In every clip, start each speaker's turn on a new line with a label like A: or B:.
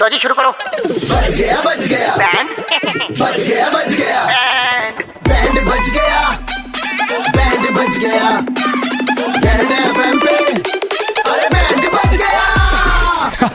A: लो जी शुरू करो
B: बच गया बच गया
A: बैंड
B: बच गया बच गया
A: बैंड
B: बैंड बच गया बैंड बच गया बैंड एफएम पे अरे बैंड बच गया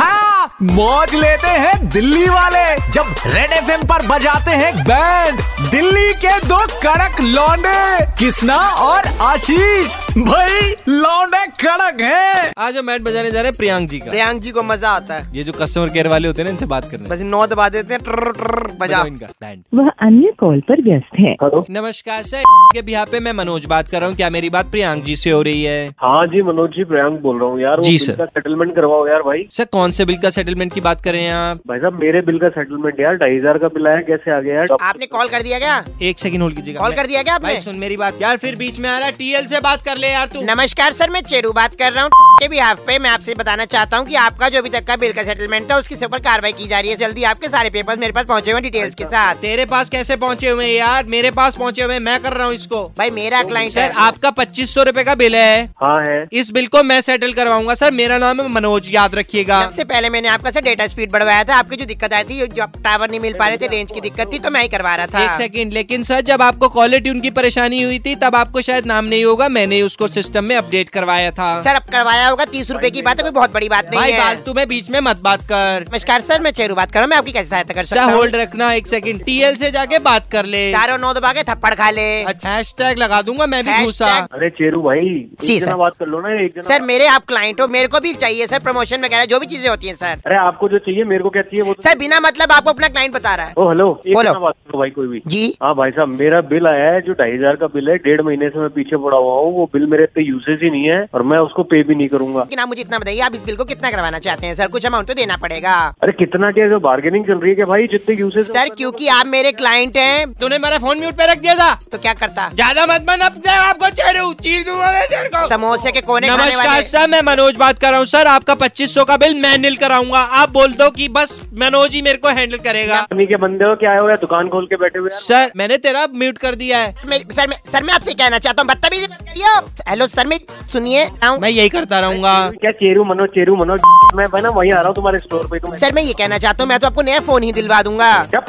C: हाँ, मौज लेते हैं दिल्ली वाले जब रेड एफ पर बजाते हैं बैंड दिल्ली के दो कड़क लौंडे किसना और आशीष भाई लौंडे कड़क हैं
D: आज हम मैट बजाने जा रहे हैं प्रियांक जी का
E: प्रियांक जी को मजा आता है
D: ये जो कस्टमर केयर वाले होते हैं ना इनसे बात करने
E: बस नौ दबा देते हैं ट्र, ट्र, बजा
D: बजाओ इनका बैंड
F: वह अन्य कॉल पर व्यस्त है
D: नमस्कार सर के बिहार पे मैं मनोज बात कर रहा हूँ क्या मेरी बात प्रियांक जी से हो रही है
G: हाँ जी मनोज जी प्रियांक बोल रहा हूँ यार वो
D: जी
G: बिल
D: सर।
G: का सेटलमेंट करवाओ यार भाई
D: सर कौन से बिल का सेटलमेंट की बात कर रहे हैं आप
G: भाई साहब मेरे बिल का सेटलमेंट यार ढाई हजार का बिल आया कैसे आ गया यार
E: आपने कॉल कर दिया क्या
D: एक सेकंड होल्ड कीजिएगा
E: कॉल कर दिया क्या
D: भाई
E: आपने
D: सुन मेरी बात यार फिर बीच में आ रहा है टीएल से बात कर ले यार तू
E: नमस्कार सर मैं चेरू बात कर रहा हूँ के बिहाफ पे मैं आपसे बताना चाहता हूँ कि आपका जो अभी तक का बिल का सेटलमेंट था उसके ऊपर कार्रवाई की जा रही है जल्दी आपके सारे पेपर्स मेरे पास पहुँचे हुए डिटेल्स के साथ
D: तेरे पास कैसे पहुंचे हुए हैं यार मेरे पास पहुंचे हुए हैं, मैं कर रहा हूँ इसको
E: भाई मेरा क्लाइंट
D: सर
E: है
D: आपका पच्चीस सौ रूपए का बिल है
G: हाँ है
D: इस बिल को मैं सेटल करवाऊंगा सर मेरा नाम है मनोज याद रखिएगा
E: सबसे पहले मैंने आपका सर डेटा स्पीड बढ़वाया था आपकी जो दिक्कत आई थी जो टावर नहीं मिल पा रहे थे रेंज की दिक्कत थी तो मैं ही करवा रहा
D: एक
E: था
D: सेकंड लेकिन सर जब आपको कॉलर ट्यून की परेशानी हुई थी तब आपको शायद नाम नहीं होगा मैंने उसको सिस्टम में अपडेट करवाया था
E: सर अब करवाया होगा तीस रूपए की बात है कोई बहुत बड़ी बात नहीं
D: भाई
E: है
D: फालतू में बीच में मत बात कर
E: नमस्कार सर मैं चेरू बात कर रहा हूँ मैं आपकी कैसे सहायता कर सकता
D: सर
E: हूँ
D: होल्ड रखना एक सेकंड टीएल से जाके बात कर ले
E: चारों नौ दबा के थप्पड़ खा ले
D: हैश टैग लगा दूंगा मैं भी घुसा
E: Hashtag-
G: अरे चेरू भाई एक
E: जी
G: जना
E: सर।
G: बात कर लो ना एक जना
E: सर मेरे आप क्लाइंट हो मेरे को भी चाहिए सर प्रमोशन वगैरह जो भी चीजें होती हैं सर
G: अरे आपको जो चाहिए मेरे को क्या चाहिए वो तो
E: सर बिना मतलब आपको अपना क्लाइंट बता रहा है
G: ओ हेलो एक
E: बोलो।
G: जना बात करो भाई कोई भी
E: जी
G: हाँ भाई साहब मेरा बिल आया है जो ढाई हजार का बिल है डेढ़ महीने से मैं पीछे पड़ा हुआ हूँ वो बिल मेरे पे यूजेज ही नहीं है और मैं उसको पे भी नहीं करूंगा
E: लेकिन आप मुझे इतना बताइए आप इस बिल को कितना करवाना चाहते हैं सर कुछ अमाउंट तो देना पड़ेगा
G: अरे कितना क्या जो बार्गेनिंग चल रही है क्या भाई जितने यूजेज
E: सर क्योंकि आप मेरे क्लाइंट हैं
D: तूने मेरा फोन म्यूट पे रख दिया था
E: तो क्या करता
D: ज्यादा मत बन अब जा, आपको चेरू चीज दूंगा मैं तेरे को
E: समोसे के कोने खाने
D: नमस्कार
E: वाले
D: सर मैं मनोज बात कर रहा हूँ सर आपका 2500 का बिल मैं नील कराऊंगा आप बोल दो कि बस मनोज ही मेरे को हैंडल करेगा
G: कंपनी के बंदे हो क्या आए हो यार दुकान खोल के बैठे हुए यार
D: सर मैंने तेरा म्यूट कर दिया है
E: मेरी- सर मैं सर मैं आपसे कहना चाहता हूँ बदतमीजी मत करिए हेलो सर मैं सुनिए आऊं।
D: मैं यही करता रहूंगा
G: क्या चेरू मनोज चेरू मनोज मैं भाई ना वहीं आ रहा हूँ तुम्हारे स्टोर पे तुम
E: सर मैं ये कहना चाहता हूँ मैं तो आपको नया फोन ही दिलवा दूंगा
G: क्या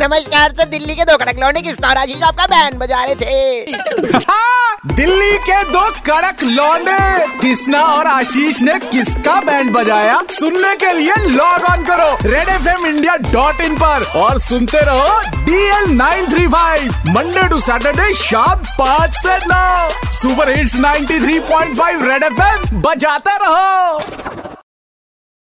E: नमस्कार सर दिल्ली के दो कड़क लौंडे किस तरह आशीष आपका बैंड बजा रहे थे
C: हाँ, दिल्ली के दो कड़क लौंडे किसना और आशीष ने किसका बैंड बजाया सुनने के लिए लॉग ऑन करो Red F M India dot in पर और सुनते रहो DL nine three five Monday to Saturday शाम पाँच से नौ super hits 93.5 three point five Red F M बजाते रहो